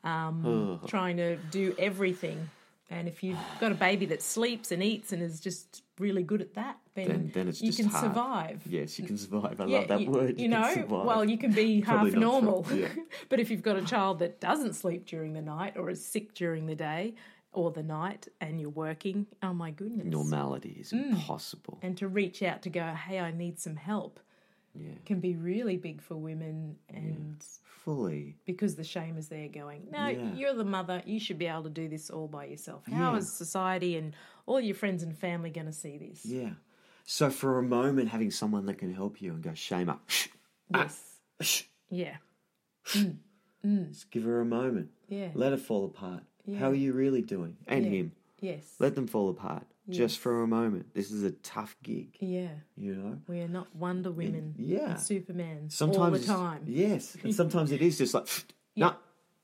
[SPEAKER 1] um, trying to do everything. And if you've got a baby that sleeps and eats and is just really good at that, then,
[SPEAKER 2] Then- then it's
[SPEAKER 1] you
[SPEAKER 2] just
[SPEAKER 1] can
[SPEAKER 2] hard.
[SPEAKER 1] survive.
[SPEAKER 2] Yes, you can survive. I
[SPEAKER 1] Yeah,
[SPEAKER 2] love that
[SPEAKER 1] you,
[SPEAKER 2] word.
[SPEAKER 1] You,
[SPEAKER 2] can
[SPEAKER 1] know,
[SPEAKER 2] survive.
[SPEAKER 1] well, you can be half
[SPEAKER 2] Probably not
[SPEAKER 1] normal.
[SPEAKER 2] from- yeah.
[SPEAKER 1] but if you've got a child that doesn't sleep during the night or is sick during the day or the night and you're working, oh my goodness.
[SPEAKER 2] normality is
[SPEAKER 1] Mm.
[SPEAKER 2] impossible.
[SPEAKER 1] And to reach out to go, hey, I need some help
[SPEAKER 2] Yeah,
[SPEAKER 1] can be really big for women. And
[SPEAKER 2] fully.
[SPEAKER 1] because the shame is there going, no,
[SPEAKER 2] Yeah.
[SPEAKER 1] you're the mother. You should be able to do this all by yourself. How is
[SPEAKER 2] Yeah.
[SPEAKER 1] society and all your friends and family going to see this?
[SPEAKER 2] Yeah. So for a moment, having someone that can help you and go shame up,
[SPEAKER 1] Yes.
[SPEAKER 2] Ah.
[SPEAKER 1] yeah.
[SPEAKER 2] just give her a moment.
[SPEAKER 1] Yeah.
[SPEAKER 2] Let her fall apart. How are you really doing? And him.
[SPEAKER 1] Yes.
[SPEAKER 2] Let them fall apart just for a moment. This is a tough gig,
[SPEAKER 1] yeah.
[SPEAKER 2] you know?
[SPEAKER 1] We are not Wonder Women.
[SPEAKER 2] Yeah.
[SPEAKER 1] Superman
[SPEAKER 2] Ah. Sometimes
[SPEAKER 1] all the
[SPEAKER 2] it's-
[SPEAKER 1] time.
[SPEAKER 2] Yes. And sometimes it is just like, no,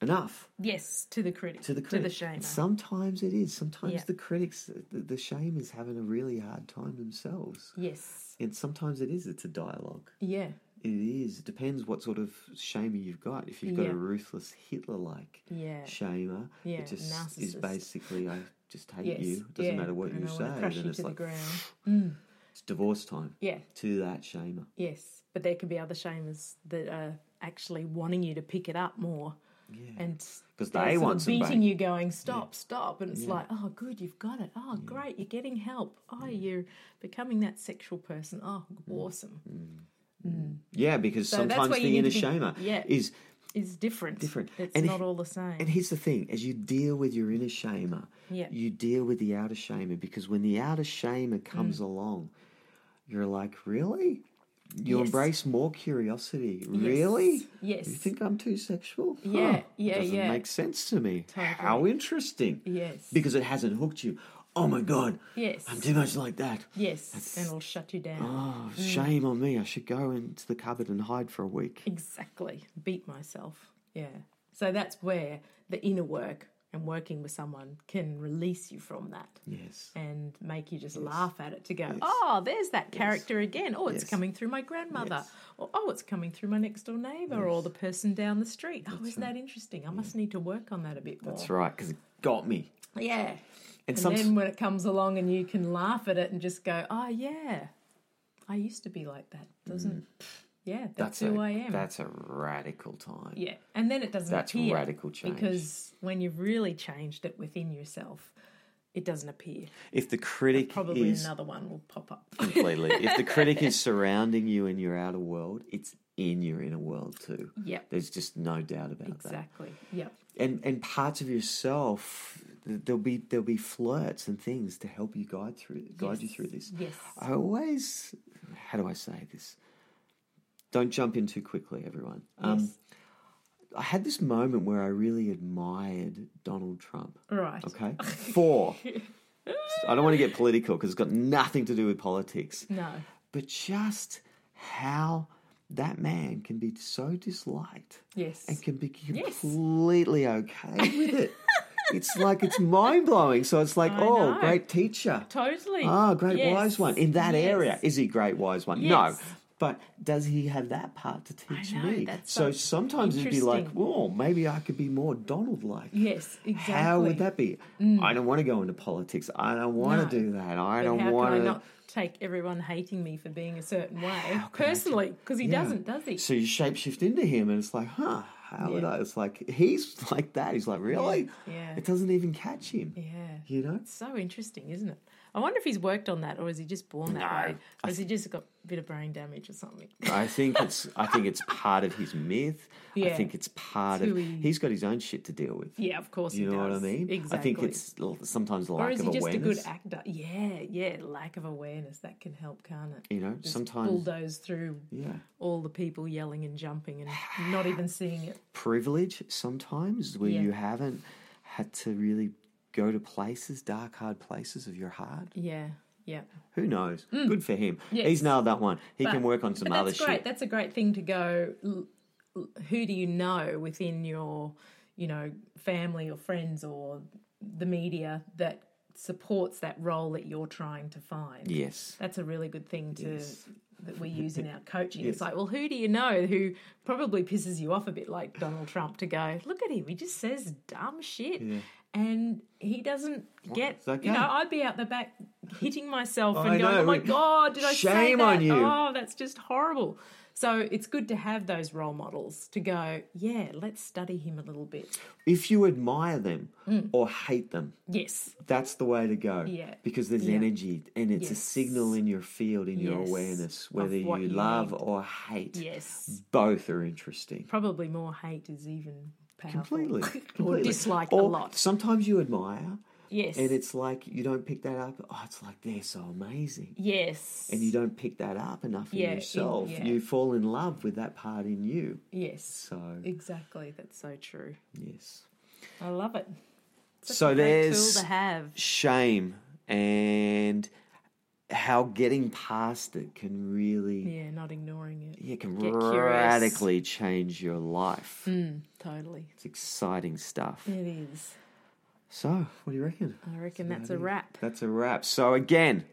[SPEAKER 2] enough
[SPEAKER 1] Yes, to the critic,
[SPEAKER 2] to the critic.
[SPEAKER 1] shamer.
[SPEAKER 2] Sometimes it is. Sometimes
[SPEAKER 1] Yeah.
[SPEAKER 2] the critics, the, the shame is having a really hard time themselves.
[SPEAKER 1] yes,
[SPEAKER 2] And sometimes it is. It's a dialogue.
[SPEAKER 1] yeah,
[SPEAKER 2] It is. It depends what sort of shamer you've got. If you've got
[SPEAKER 1] Yeah.
[SPEAKER 2] a ruthless Hitler like
[SPEAKER 1] yeah,
[SPEAKER 2] shamer,
[SPEAKER 1] Yeah,
[SPEAKER 2] it just is
[SPEAKER 1] narcissist.
[SPEAKER 2] basically, I just hate
[SPEAKER 1] yes.
[SPEAKER 2] you. It doesn't
[SPEAKER 1] yeah.
[SPEAKER 2] matter what
[SPEAKER 1] and
[SPEAKER 2] you
[SPEAKER 1] I
[SPEAKER 2] say.
[SPEAKER 1] wanna Crush
[SPEAKER 2] then
[SPEAKER 1] you
[SPEAKER 2] it's
[SPEAKER 1] to
[SPEAKER 2] like,
[SPEAKER 1] the ground.
[SPEAKER 2] it's divorce time
[SPEAKER 1] Yeah,
[SPEAKER 2] to that shamer.
[SPEAKER 1] yes, but there could be other shamers that are actually wanting you to pick it up more.
[SPEAKER 2] Yeah.
[SPEAKER 1] And
[SPEAKER 2] 'Cause
[SPEAKER 1] they're
[SPEAKER 2] they
[SPEAKER 1] sort
[SPEAKER 2] want
[SPEAKER 1] of
[SPEAKER 2] some
[SPEAKER 1] beating
[SPEAKER 2] bang.
[SPEAKER 1] you, going stop, stop, and it's like, oh, good, you've got it. Oh, great, you're getting help. Oh, you're becoming that sexual person. Oh,
[SPEAKER 2] Mm.
[SPEAKER 1] awesome.
[SPEAKER 2] Yeah, because
[SPEAKER 1] So that's
[SPEAKER 2] sometimes
[SPEAKER 1] where you
[SPEAKER 2] the inner
[SPEAKER 1] need to be-
[SPEAKER 2] shamer
[SPEAKER 1] yeah.
[SPEAKER 2] is.
[SPEAKER 1] It's different.
[SPEAKER 2] Different.
[SPEAKER 1] It's
[SPEAKER 2] And if-
[SPEAKER 1] not all the same.
[SPEAKER 2] And here's the thing: as you deal with your inner shamer,
[SPEAKER 1] Yeah.
[SPEAKER 2] you deal with the outer shamer because when the outer shamer comes
[SPEAKER 1] Mm.
[SPEAKER 2] along, you're like, really? You
[SPEAKER 1] Yes.
[SPEAKER 2] embrace more curiosity. Really?
[SPEAKER 1] Yes.
[SPEAKER 2] You think I'm too sexual? Huh,
[SPEAKER 1] Yeah, yeah,
[SPEAKER 2] Doesn't
[SPEAKER 1] yeah.
[SPEAKER 2] make sense to me. How interesting.
[SPEAKER 1] Yes.
[SPEAKER 2] Because it hasn't hooked you. Oh my god.
[SPEAKER 1] Yes.
[SPEAKER 2] I'm too much like that.
[SPEAKER 1] Yes, and it'll shut you down.
[SPEAKER 2] Oh,
[SPEAKER 1] Mm.
[SPEAKER 2] shame on me. I should go into the cupboard and hide for a week.
[SPEAKER 1] Exactly. Beat myself. Yeah. So that's where the inner work and working with someone can release you from that
[SPEAKER 2] Yes.
[SPEAKER 1] and make you just laugh at it to go, oh, there's that character again. Oh, it's
[SPEAKER 2] Yes.
[SPEAKER 1] coming through my grandmother. Or, oh, it's coming through my next door neighbour or the person down the street. Oh, isn't that interesting? I must need to work on that a bit more.
[SPEAKER 2] That's right, because it got me.
[SPEAKER 1] Yeah.
[SPEAKER 2] And,
[SPEAKER 1] And
[SPEAKER 2] some,
[SPEAKER 1] then when it comes along and you can laugh at it and just go, oh, yeah, I used to be like that. Doesn't, yeah, that's,
[SPEAKER 2] a,
[SPEAKER 1] who I am.
[SPEAKER 2] Mm. That's a radical time.
[SPEAKER 1] yeah. And then it doesn't
[SPEAKER 2] That's
[SPEAKER 1] appear.
[SPEAKER 2] radical change.
[SPEAKER 1] Because when you've really changed it within yourself, it doesn't appear.
[SPEAKER 2] If the critic
[SPEAKER 1] Probably
[SPEAKER 2] is
[SPEAKER 1] another one will pop up.
[SPEAKER 2] completely, if the critic is surrounding you in your outer world, it's in your inner world too.
[SPEAKER 1] Yep.
[SPEAKER 2] There's just no doubt about that.
[SPEAKER 1] exactly. Yep.
[SPEAKER 2] and and parts of yourself th- there'll be there'll be flirts and things to help you guide through guide you
[SPEAKER 1] Yes,
[SPEAKER 2] through this Uh,
[SPEAKER 1] yes.
[SPEAKER 2] i always how do i say this don't jump in too quickly everyone um
[SPEAKER 1] Yes.
[SPEAKER 2] i had this moment where i really admired donald trump
[SPEAKER 1] Right.
[SPEAKER 2] okay four i don't want to get political because it's got nothing to do with politics
[SPEAKER 1] No.
[SPEAKER 2] but just how that man can be so disliked
[SPEAKER 1] Yes.
[SPEAKER 2] and can be
[SPEAKER 1] Yes.
[SPEAKER 2] completely okay with it. it's like it's mind blowing. So it's like, oh,
[SPEAKER 1] know.
[SPEAKER 2] great teacher.
[SPEAKER 1] Totally.
[SPEAKER 2] Oh, great
[SPEAKER 1] Yes.
[SPEAKER 2] wise one. In that
[SPEAKER 1] Yes.
[SPEAKER 2] area. Is he great wise one? No.
[SPEAKER 1] Yes.
[SPEAKER 2] But does he have that part to teach
[SPEAKER 1] know,
[SPEAKER 2] me?
[SPEAKER 1] that's
[SPEAKER 2] so
[SPEAKER 1] so
[SPEAKER 2] sometimes it'd be like,
[SPEAKER 1] interesting.
[SPEAKER 2] well, maybe I could be more Donald like.
[SPEAKER 1] Yes, exactly. Mm.
[SPEAKER 2] How would that be? I don't want to go into politics. I don't want
[SPEAKER 1] No.
[SPEAKER 2] to do that. I
[SPEAKER 1] But
[SPEAKER 2] don't
[SPEAKER 1] how
[SPEAKER 2] want
[SPEAKER 1] can I
[SPEAKER 2] to.
[SPEAKER 1] not take everyone hating me for being a certain way personally? Because he
[SPEAKER 2] Yeah.
[SPEAKER 1] doesn't, does he?
[SPEAKER 2] So you shapeshift into him, and it's like, huh? How would
[SPEAKER 1] Yeah.
[SPEAKER 2] I? It's like he's like that. He's like, really?
[SPEAKER 1] Yeah.
[SPEAKER 2] It doesn't even catch him.
[SPEAKER 1] yeah.
[SPEAKER 2] You know?
[SPEAKER 1] It's so interesting, isn't it? I wonder if he's worked on that, or is he just born that
[SPEAKER 2] No.
[SPEAKER 1] way, or has he just got a bit of brain damage or something?
[SPEAKER 2] I think it's I think it's part of his myth. I
[SPEAKER 1] Yeah.
[SPEAKER 2] think it's part
[SPEAKER 1] It's
[SPEAKER 2] of
[SPEAKER 1] who he-
[SPEAKER 2] he's got his own shit to deal with.
[SPEAKER 1] yeah, of course.
[SPEAKER 2] you
[SPEAKER 1] he
[SPEAKER 2] know
[SPEAKER 1] does.
[SPEAKER 2] what I mean?
[SPEAKER 1] Exactly.
[SPEAKER 2] I think it's l- sometimes lack
[SPEAKER 1] Or is
[SPEAKER 2] of
[SPEAKER 1] he just a
[SPEAKER 2] awareness.
[SPEAKER 1] good actor? Yeah, yeah. Lack of awareness that can help, can't it?
[SPEAKER 2] You know,
[SPEAKER 1] Just
[SPEAKER 2] sometimes-
[SPEAKER 1] bulldoze through
[SPEAKER 2] yeah.
[SPEAKER 1] all the people yelling and jumping and not even seeing it.
[SPEAKER 2] Privilege sometimes where
[SPEAKER 1] Yeah.
[SPEAKER 2] you haven't had to really go to places, dark hard places of your heart.
[SPEAKER 1] Yeah, yeah.
[SPEAKER 2] Who knows? Good for him. He's
[SPEAKER 1] Hmm. Yes.
[SPEAKER 2] nailed that one. He can work on some
[SPEAKER 1] but
[SPEAKER 2] other
[SPEAKER 1] that's great.
[SPEAKER 2] shit.
[SPEAKER 1] That's a great thing to go. l- l- Who do you know within your, you know, family or friends or the media that supports that role that you're trying to find?
[SPEAKER 2] Yes.
[SPEAKER 1] That's a really good thing to
[SPEAKER 2] Yes.
[SPEAKER 1] that we use in our coaching. It's like, well, who do you know who probably pisses you off a bit, like Donald Trump, to go look at him. He just says dumb shit. And he doesn't get,
[SPEAKER 2] It's okay.
[SPEAKER 1] you know, I'd be out the back hitting myself
[SPEAKER 2] I
[SPEAKER 1] and going,
[SPEAKER 2] know.
[SPEAKER 1] oh my God, did I say
[SPEAKER 2] Shame
[SPEAKER 1] that?
[SPEAKER 2] on you.
[SPEAKER 1] Oh, that's just horrible. So it's good to have those role models to go, yeah, let's study him a little bit.
[SPEAKER 2] If you admire them
[SPEAKER 1] Hmm.
[SPEAKER 2] or hate them,
[SPEAKER 1] Yes,
[SPEAKER 2] that's the way to go.
[SPEAKER 1] Yeah.
[SPEAKER 2] Because there's
[SPEAKER 1] Yeah.
[SPEAKER 2] energy and it's a
[SPEAKER 1] Yes.
[SPEAKER 2] signal in your field, in your
[SPEAKER 1] Yes.
[SPEAKER 2] awareness,
[SPEAKER 1] Of
[SPEAKER 2] whether you
[SPEAKER 1] what you
[SPEAKER 2] love
[SPEAKER 1] need.
[SPEAKER 2] or hate.
[SPEAKER 1] yes.
[SPEAKER 2] Both are interesting.
[SPEAKER 1] Probably more hate is even powerful.
[SPEAKER 2] Completely.
[SPEAKER 1] Or
[SPEAKER 2] completely.
[SPEAKER 1] dislike
[SPEAKER 2] Or
[SPEAKER 1] a lot.
[SPEAKER 2] Sometimes you admire
[SPEAKER 1] Yes.
[SPEAKER 2] and it's like you don't pick that up. Oh, it's like they're so amazing.
[SPEAKER 1] yes.
[SPEAKER 2] And you don't pick that up enough
[SPEAKER 1] Yeah,
[SPEAKER 2] in
[SPEAKER 1] in-
[SPEAKER 2] yourself.
[SPEAKER 1] yeah.
[SPEAKER 2] You fall in love with that part in you.
[SPEAKER 1] Yes.
[SPEAKER 2] So,
[SPEAKER 1] Exactly. That's so true.
[SPEAKER 2] yes.
[SPEAKER 1] I love it. Such
[SPEAKER 2] So
[SPEAKER 1] a great
[SPEAKER 2] there's-
[SPEAKER 1] tool to have.
[SPEAKER 2] Shame and how getting past it can really
[SPEAKER 1] Yeah, not ignoring it.
[SPEAKER 2] Yeah, it can
[SPEAKER 1] Get curious. Mm.
[SPEAKER 2] radically change your life.
[SPEAKER 1] Totally.
[SPEAKER 2] It's exciting stuff.
[SPEAKER 1] It is.
[SPEAKER 2] So, what do you reckon?
[SPEAKER 1] I reckon that's a wrap.
[SPEAKER 2] That's a wrap. So, again,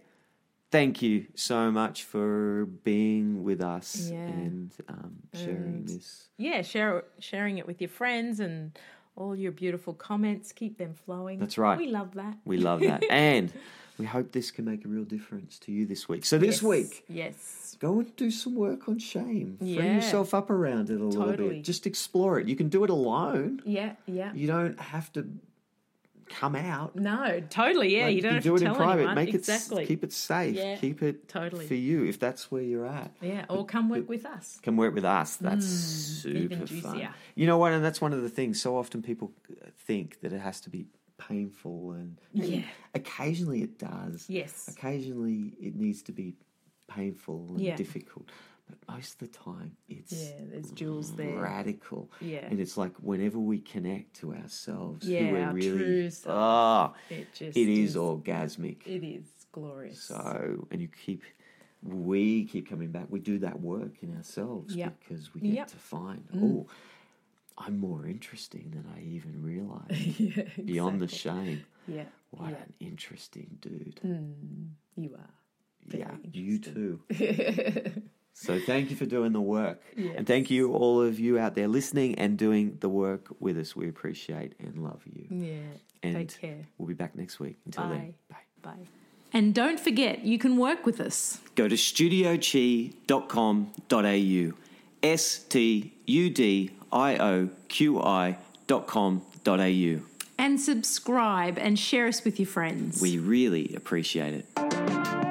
[SPEAKER 2] thank you so much for being with us
[SPEAKER 1] Yeah.
[SPEAKER 2] and um, sharing this.
[SPEAKER 1] Yeah, share sharing it with your friends and all your beautiful comments. Keep them flowing.
[SPEAKER 2] That's right.
[SPEAKER 1] We love that.
[SPEAKER 2] We love that. and we hope this can make a real difference to you this week. So,
[SPEAKER 1] Yes.
[SPEAKER 2] this week,
[SPEAKER 1] Yes.
[SPEAKER 2] go and do some work on shame. Free
[SPEAKER 1] Yeah.
[SPEAKER 2] yourself up around it a little
[SPEAKER 1] Totally.
[SPEAKER 2] bit. Just explore it. You can do it alone,
[SPEAKER 1] Yeah, yeah.
[SPEAKER 2] you don't have to come out.
[SPEAKER 1] No, totally. Yeah,
[SPEAKER 2] Like,
[SPEAKER 1] you don't have
[SPEAKER 2] do
[SPEAKER 1] to
[SPEAKER 2] it
[SPEAKER 1] tell
[SPEAKER 2] in private.
[SPEAKER 1] anyone.
[SPEAKER 2] Make
[SPEAKER 1] exactly.
[SPEAKER 2] it s- keep it safe.
[SPEAKER 1] Yeah,
[SPEAKER 2] keep it
[SPEAKER 1] totally.
[SPEAKER 2] for you if that's where you're at.
[SPEAKER 1] yeah, or come work with us.
[SPEAKER 2] Come work with us. That's
[SPEAKER 1] Hmm, even
[SPEAKER 2] super fun.
[SPEAKER 1] juicier.
[SPEAKER 2] You know what? And that's one of the things. So often people think that it has to be painful, and
[SPEAKER 1] Yeah.
[SPEAKER 2] occasionally it does.
[SPEAKER 1] Yes.
[SPEAKER 2] Occasionally it needs to be painful and
[SPEAKER 1] Yeah.
[SPEAKER 2] difficult, but most of the time it's
[SPEAKER 1] Yeah, there's jewels there.
[SPEAKER 2] radical.
[SPEAKER 1] Yeah.
[SPEAKER 2] And it's like whenever we connect to ourselves, who
[SPEAKER 1] Yeah,
[SPEAKER 2] we're
[SPEAKER 1] our
[SPEAKER 2] really
[SPEAKER 1] true self.
[SPEAKER 2] ah,
[SPEAKER 1] It just
[SPEAKER 2] it is
[SPEAKER 1] is-
[SPEAKER 2] orgasmic.
[SPEAKER 1] It is glorious.
[SPEAKER 2] So, and you keep, we keep coming back. We do that work in ourselves
[SPEAKER 1] Yep.
[SPEAKER 2] because we get
[SPEAKER 1] Yep. Mm.
[SPEAKER 2] to find, oh, I'm more interesting than I even realized.
[SPEAKER 1] yeah,
[SPEAKER 2] Beyond the shame.
[SPEAKER 1] yeah,
[SPEAKER 2] What
[SPEAKER 1] yeah. Mm.
[SPEAKER 2] an interesting dude.
[SPEAKER 1] You are.
[SPEAKER 2] yeah, you too. so, thank you for doing the work. And
[SPEAKER 1] Yes.
[SPEAKER 2] thank you, all of you out there listening and doing the work with us. We appreciate and love you.
[SPEAKER 1] Yeah.
[SPEAKER 2] And
[SPEAKER 1] Mm. Take care.
[SPEAKER 2] We'll be back next week. Until then, bye.
[SPEAKER 1] Bye. And don't forget, you can work with us.
[SPEAKER 2] Go to studiochi.com.au. S T U D I O Q I dot com dot au.
[SPEAKER 1] And subscribe and share us with your friends.
[SPEAKER 2] We really appreciate it.